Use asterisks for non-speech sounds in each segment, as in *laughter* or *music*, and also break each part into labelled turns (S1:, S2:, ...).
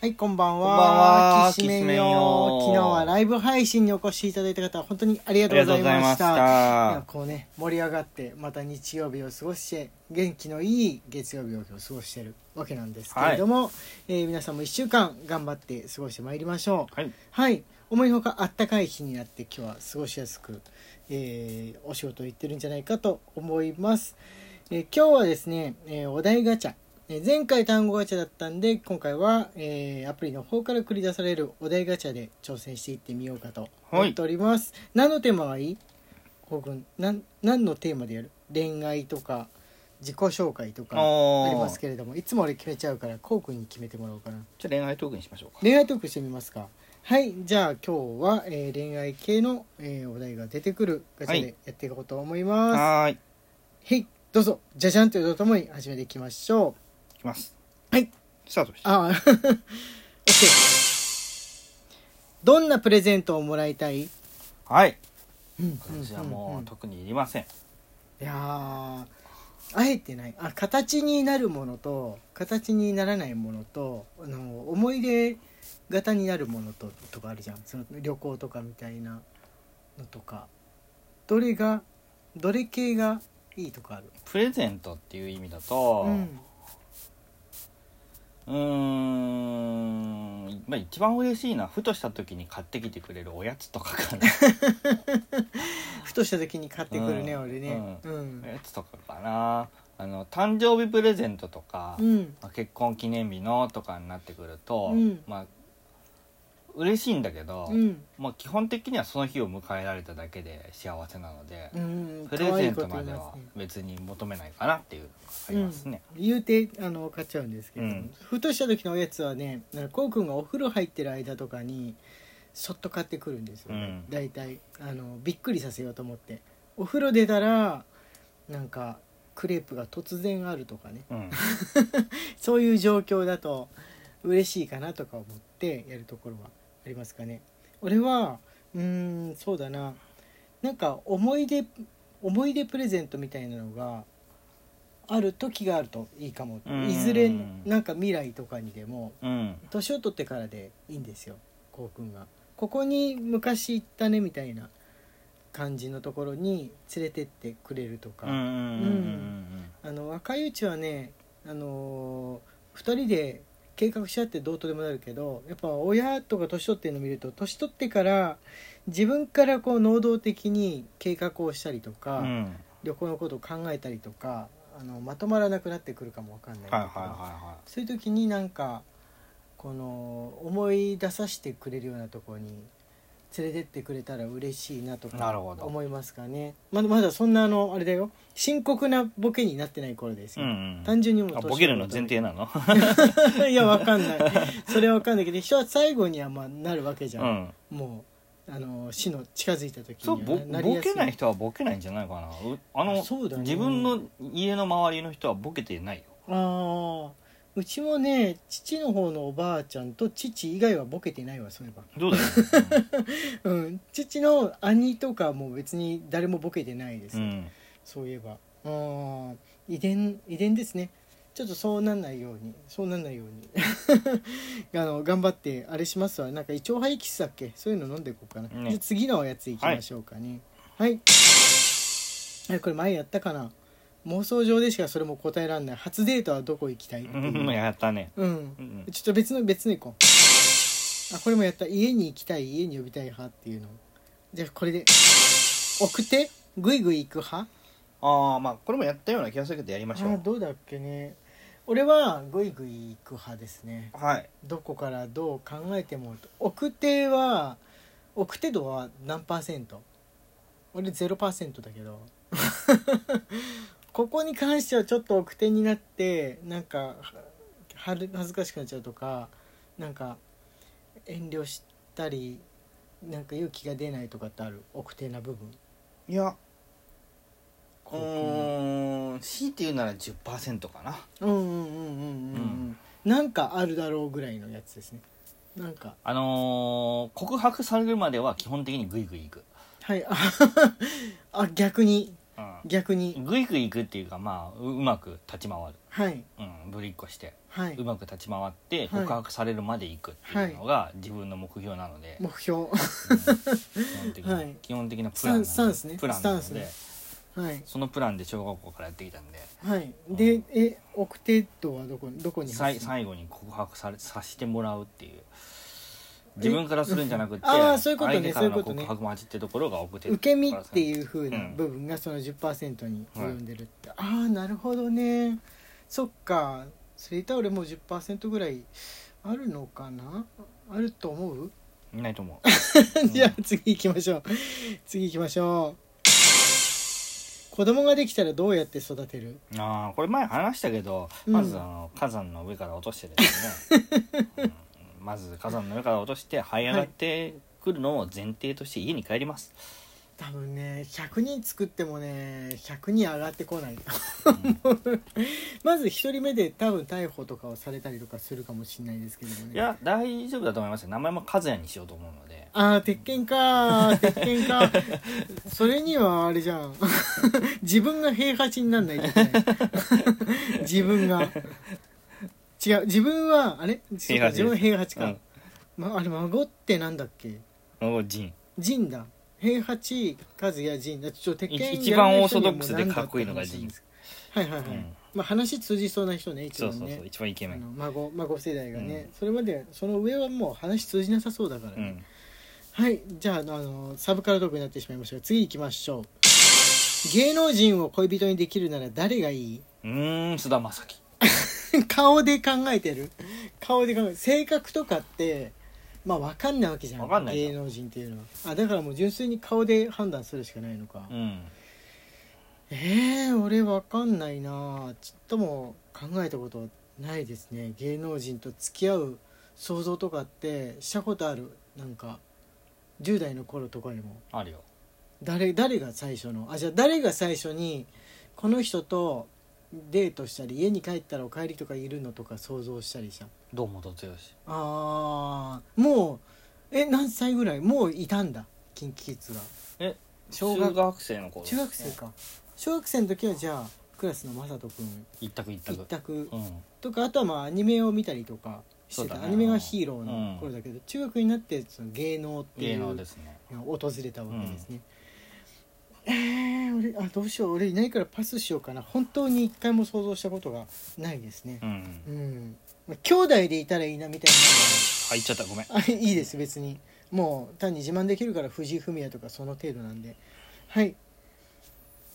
S1: はい、こんばんは。
S2: こんばんは
S1: きしめんよ
S2: きしめんよ
S1: 昨日はライブ配信にお越しいただいた方、本当にありがとうございまし
S2: ありがとうござ
S1: た。
S2: いました
S1: やこうね、盛り上がって、また日曜日を過ごして、元気のいい月曜日を今日過ごしてるわけなんですけれども、えー皆さんも1週間頑張って過ごしてまいりましょう。
S2: はい。
S1: はい、思いのほかあったかい日になって今日は過ごしやすく、えーお仕事行ってるんじゃないかと思います、えー今日はですね、えーお題ガチャ、えー前回単語ガチャだったんで今回は、えーアプリの方から繰り出されるお題ガチャで挑戦していってみようかと思っております、何のテーマがいいほくんなん何のテーマでやる恋愛とか自己紹介とか
S2: おー
S1: ありますけれどもいつも俺決めちゃうからこうくんに決めてもらおうかな
S2: じゃあ恋愛トークにしましょうか。
S1: 恋愛トークしてみますかはいじゃあ今日は、えー恋愛系の、えーお題が出てくるガチャ
S2: は
S1: でやっていこうと思いますは
S2: はーい。い
S1: い、どうぞじゃじゃんというとともに始めていきましょう
S2: きます。
S1: はい。
S2: スタートです。
S1: ああ *laughs* OK どんなプレゼントをもらいたい、
S2: はい。
S1: うん
S2: 私はもう、
S1: んん
S2: 特にいりません。
S1: いやーあえてないあ形になるものと形にならないものとあの思い出型になるものととかあるじゃんその旅行とかみたいなのとかどれがどれ系がいいとかある
S2: プレゼントっていう意味だと、
S1: うん
S2: うーんまあ一番嬉しいのはふとした時に買ってきてくれるおやつとか
S1: *laughs*
S2: かな
S1: ふとした時に買ってくるね、
S2: うん
S1: 俺ねうん
S2: おやつとかかなあの誕生日プレゼントとか、
S1: うん
S2: まあ結婚記念日のとかになってくると、
S1: うん
S2: まあ嬉しいんだけど、
S1: うん
S2: まあ基本的にはその日を迎えられただけで幸せなので、
S1: うん
S2: プレゼント
S1: 可愛
S2: まで
S1: い
S2: は
S1: こと言いますね
S2: 別に求めないかなっていうのがありますね、
S1: うん、言うてあの買っちゃうんですけど、
S2: うん
S1: ふとした時のおやつはねなんかこうくんがお風呂入ってる間とかにそっと買ってくるんですよ、ね
S2: うん
S1: 大体あのびっくりさせようと思ってお風呂出たらなんかクレープが突然あるとかね
S2: うん
S1: そういう状況だと嬉しいかなとか思ってやるところはありますかね俺はうーんそうだななんか思い出思い出プレゼントみたいなのがある時があるといいかも
S2: うん
S1: いずれなんか未来とかにでも
S2: うん
S1: 年を取ってからでいいんですよこうくんがここに昔行ったねみたいな感じのところに連れてってくれるとか、
S2: うんうんうんうん
S1: あの若いうちはね、あのー、2人で計画し合ってどうとでもなるけどやっぱ親とか年取ってるの見ると年取ってから自分からこう能動的に計画をしたりとか、
S2: うんうん
S1: 旅行のことを考えたりとかあのまとまらなくなってくるかもわかんないんだけ
S2: はい
S1: ど、
S2: はいは
S1: そういう時になんかこの思い出させてくれるようなところに連れてってくれたら嬉しいなと
S2: な
S1: か
S2: るほど
S1: 思いますかねまだまだそんなあのあれだよ深刻なボケになってない頃です
S2: いは
S1: よ、
S2: いうんうん
S1: 単純にもう
S2: あ
S1: 年を
S2: ボケるの前提なの
S1: *laughs* いやわかんないそれはわかんないけど人は最後にはまあなるわけじ
S2: う
S1: ゃん、
S2: ん
S1: もうあの死の近づいた時に
S2: そ
S1: は
S2: うぼ
S1: なり
S2: ボ
S1: やす
S2: ケない人はボケないんじゃないかなうあの
S1: そうだね
S2: 自分の家の周りの人はボケてないよ
S1: ああうちもね父の方のおばあちゃんと父以外はボケてないわそういえば
S2: どうだよ、
S1: うん、父の兄とかも別に誰もボケてないです、
S2: うんうん
S1: そういえばうん遺伝遺伝ですねちょっとそうなんないように *laughs* そうなんないようにあの頑張ってあれしますわなんか胃腸排気質だっけそういうの飲んでいこうかな、
S2: ね
S1: じゃあ次のおやついきましょうかねはい、えこれ前やったかな妄想上でしかそれも答えられない初デートはどこ行きたいっていう、
S2: うんやったね
S1: うん
S2: う、ん
S1: ちょっと別の別の行こうあこれもやった家に行きたい家に呼びたい派っていうのじゃあこれで送ってぐいぐい行く派
S2: ああまあこれもやったような気がするけどやりましょ
S1: あ
S2: う
S1: どうだっけね俺はぐいぐい行く派ですね
S2: はい
S1: どこからどう考えても奥手は奥手度は何パーセント俺ゼロパーセントだけ *laughs* どここに関してはちょっと奥手になってなんかははる恥ずかしくなっちゃうとかなんか遠慮したりなんか勇気が出ないとかってある奥手な部分
S2: いやう
S1: こ
S2: ーん強いて言うなら10%かな
S1: うんうんうんうんうんう
S2: うん
S1: なんかあるだろうぐらいのやつですねなんか
S2: あのー告白されるまでは基本的にグイグイいく、
S1: はいああ逆に
S2: うんな
S1: 逆に
S2: グイグイいくっていうかまあううまく立ち回る、
S1: はい
S2: うん、ぶりっこして
S1: はいう
S2: まく立ち回って
S1: はい
S2: 告白されるまで行くっていうのが自分の目標なので、
S1: 目
S2: *laughs*
S1: 標
S2: うん基本的な
S1: はい
S2: 基本的なプランなの
S1: スタンスね
S2: プランなので
S1: スタンスねはい
S2: そのプランで小学校からやってきたんで
S1: はいでえオクテッドはどこどこに
S2: さい
S1: 発信
S2: 最後に告白されさしてもらうっていう自分からするんじゃなくて
S1: あーそういうことね
S2: 相手から
S1: そうい
S2: の
S1: うことね
S2: 告白待ちってところが送って
S1: 受け身って
S2: う
S1: いう風な部分がその10%に及んでるって、ああなるほどねそっかそれいたら俺もう10%ぐらいあるのかなあると思う
S2: いないと思う
S1: *laughs* じゃあ次行きましょう次行きましょう子供ができたらどうやって育てる
S2: うんあーこれ前話したけど、
S1: うん
S2: まずあの火山の上から落としてですね、うんまず火山の上から落として這い上がってくるのを前提として家に帰ります、
S1: 多分ね100人作ってもね100人上がってこない *laughs* まず1人目で多分逮捕とかをされたりとかするかもしれないですけどもね
S2: いや大丈夫だと思いますよ名前も和也にしようと思うので
S1: ああ鉄拳かー鉄拳かそれにはあれじゃん *laughs* 自分が平八になんないといけない *laughs* 自分が違う自分はあれそう
S2: 平八で
S1: か
S2: す
S1: 自分は平八か、
S2: うん
S1: ま、あれ孫ってなんだっけ
S2: お仁
S1: 仁だ平八和也仁だちょっと鉄拳
S2: 一
S1: やらな
S2: 一番
S1: い
S2: オー
S1: 人
S2: ソ
S1: に
S2: ド
S1: は
S2: ッ
S1: も
S2: ク
S1: う
S2: ス
S1: な
S2: で
S1: んだ
S2: か
S1: っ
S2: ってこいいのが
S1: 話なん
S2: 仁
S1: ですけどはいはいはい、
S2: うん
S1: まあ話通じそうな人ね一
S2: そう
S1: 番ね
S2: そうそう一番イケメ
S1: あの
S2: ン
S1: 孫孫世代がね、
S2: うん
S1: それまでその上はもう話通じなさそうだからね、
S2: うん
S1: はいじゃああのサブカルトークになってしまいましたが次行きましょう芸能人を恋人にできるなら誰がいい *laughs*
S2: うーん菅田将暉
S1: 顔で考えてる顔で考え性格とかってまあ分かんないわけじゃん
S2: わかんないじゃん
S1: 芸能人っていうのはあだからもう純粋に顔で判断するしかないのか、
S2: うん
S1: えー、俺分かんないなちょっとも考えたことないですね芸能人と付き合う想像とかってしたことあるなんか10代の頃とかにも
S2: あるよ
S1: 誰誰が最初のあじゃあ誰が最初にこの人とデートしたり家に帰ったらお帰りとかいるのとか想像したりした
S2: 堂本剛
S1: あーもうえ何歳ぐらいもういたんだ KinKiKids が
S2: え
S1: 小
S2: 小
S1: 学
S2: 学学生の頃
S1: 中学生か小学生の時はじゃあクラスの雅人君
S2: 一択一択
S1: 一択
S2: うん
S1: とかあとはまあアニメを見たりとかして
S2: そう
S1: た、
S2: だね
S1: アニメがヒーローの頃だけど、中学になってその芸能っていう
S2: 芸能ですね
S1: 訪れたわけですね、えー、俺あどうしよう俺いないからパスしようかな本当に一回も想像したことがないですね
S2: うん
S1: うん、まあ兄弟でいたらいいなみたい
S2: 入っちゃったごめん
S1: なのはあいいです別にもう単に自慢できるから藤井フミヤとかその程度なんではい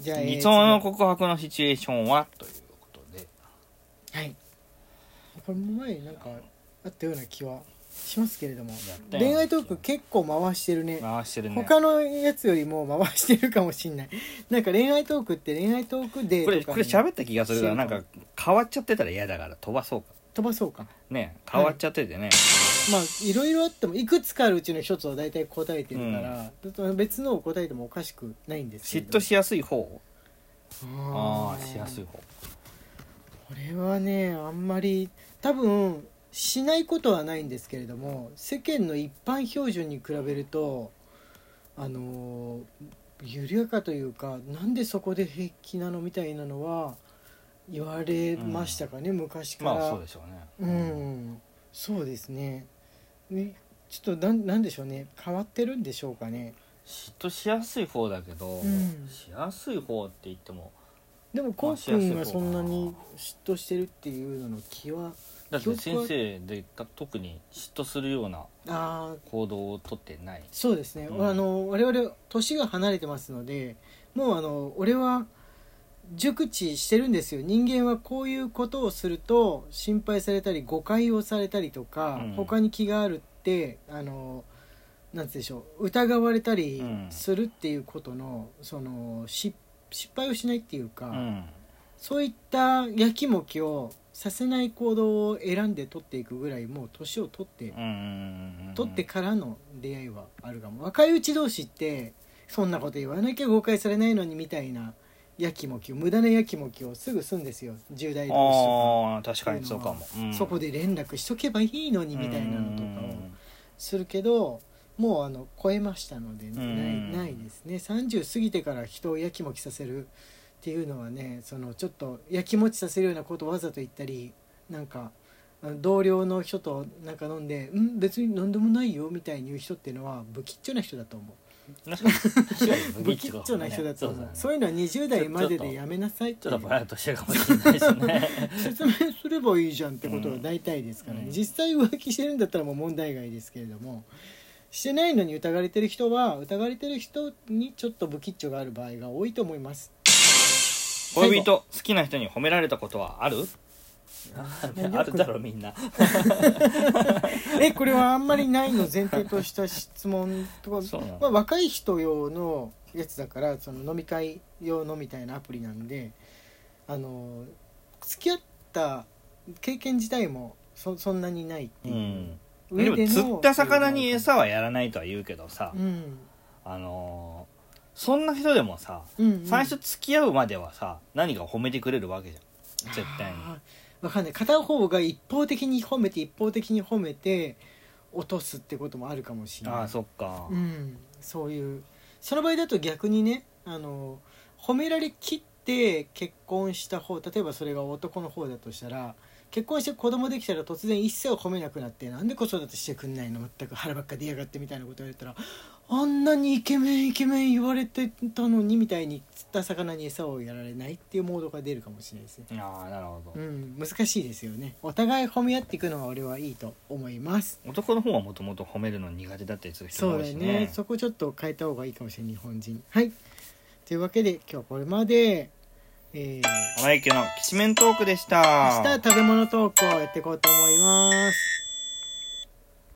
S1: じゃあえー
S2: 理想の告白のシチュエーションはということで
S1: はいこれも前になんかあったような気はしますけれども
S2: やったよ
S1: 恋愛トーク結構回してるね
S2: 回してるね
S1: 他のやつよりも回してるかもしんない *laughs* なんか恋愛トークって恋愛トークデー
S2: これ
S1: と
S2: こ
S1: か
S2: れ
S1: に
S2: 喋った気がするなな
S1: して
S2: ん
S1: るか
S2: か変わっちゃってたら嫌だから飛ばそうか
S1: 飛ばそうか
S2: ね変わっちゃっててね
S1: まあいろいろあってもいくつかあるうちの一つを大体答えてるから、別のを答えてもおかしくないんですけれ
S2: 嫉
S1: ど
S2: 妬しやすい方ああ
S1: あー
S2: しやすい方
S1: これはねあんまり多分しないことはないんですけれども世間の一般標準に比べるとあの緩やかというかなんでそこで平気なのみたいなのは言われましたかね、昔から、
S2: まあそうでしょう
S1: う
S2: ね
S1: んそうですねねちょっとなんなんでしょうね変わってるんでしょうかね
S2: 嫉妬しやすい方だけど
S1: うん
S2: しやすい方って言っても
S1: でもこう
S2: しやすい方
S1: 君
S2: か
S1: が
S2: な
S1: そんなに嫉妬してるっていうのの気は
S2: だって
S1: 記憶は
S2: 先生で特に嫉妬するような
S1: ああ
S2: 行動をとってない
S1: そうですね、
S2: うん
S1: あの我々年が離れてますのでもうあの俺は熟知してるんですよ人間はこういうことをすると心配されたり誤解をされたりとか、
S2: うん
S1: 他に気があるってあのなんて言うんでしょう疑われたり
S2: うん
S1: するっていうことの,、そのし失敗をしないっていうか、
S2: うん
S1: そういったやきもきをさせない行動を選んで取っていくぐらいもう年を取って
S2: うんうんうん
S1: 取ってからの出会いはあるかも若いうち同士ってそんなこと言わなきゃ誤解されないのにみたいなやきもきを無駄なやきもきをすぐすんですよ10代同士と
S2: ああ確かにそうかも、う
S1: か
S2: ん
S1: そこで連絡しとけばいいのにみたいなのとかをするけどもうあの超えましたので、ね
S2: うん
S1: ないないですね30過ぎてから人をやきもきさせるっていうのはねそのちょっとやきもちさせるようなことをわざと言ったりなんかあの同僚の人となんか飲んで「うん別に何でもないよ」みたいに言う人っていうのは不吉っちょな人だと思う。不吉っちょな人だと
S2: そう
S1: 思うそう,、
S2: ね
S1: いうのは20代まで
S2: ちょっ
S1: で
S2: と
S1: やめなさいっ
S2: ち
S1: て
S2: ょ
S1: い
S2: っと
S1: う
S2: ぼやっとしてるかもしれないですね *laughs*
S1: 説明すればいいじゃんってことが大体ですからね、
S2: うん
S1: 実際浮気してるんだったらもう問題外ですけれどもしてないのに疑われてる人は疑われてる人にちょっと不吉兆がある場合が多いと思
S2: *laughs*
S1: います
S2: 恋人好きな人に褒められたことはあるあるだろみんな
S1: えこれはあんまりないの前提とした質問とか
S2: そうなの
S1: まあ、若い人用のやつだからその飲み会用のみたいなアプリなんであの付き合った経験自体もそそんなにないって
S2: う
S1: いう、
S2: ん
S1: 上
S2: でも
S1: の
S2: 釣った魚に餌はやらないとは言うけどさ、
S1: うん
S2: あのーそんな人でもさ
S1: うんうん
S2: 最初付き合うまではさ何か褒めてくれるわけじゃん絶対に
S1: あーわかんない片方が一方的に褒めて一方的に褒めて落とすってこともあるかもしれない
S2: ああそっか
S1: うん、そういうその場合だと逆にねあの褒められきって結婚した方例えばそれが男の方だとしたら結婚して子供できたら突然一切を褒めなくなってなんで子育てしてくんないの全く腹ばっか出やがってみたいなこと言われたらあんなにイケメンイケメン言われてたのにみたいに釣った魚に餌をやられないっていうモードが出るかもしれないですね。
S2: ああなるほど、
S1: うん、難しいですよねお互い褒め合っていくのは俺はいいと思います
S2: 男の方はもともと褒めるの苦手だったりする人
S1: そ
S2: も多
S1: う
S2: い
S1: だ
S2: し
S1: よ
S2: ね
S1: ねそこちょっと変えた方がいいかもしれない日本人はいというわけで今日はこれまでえー、
S2: 浜池のきしめんトークでした
S1: 明日は食べ物投稿やっていこうと思います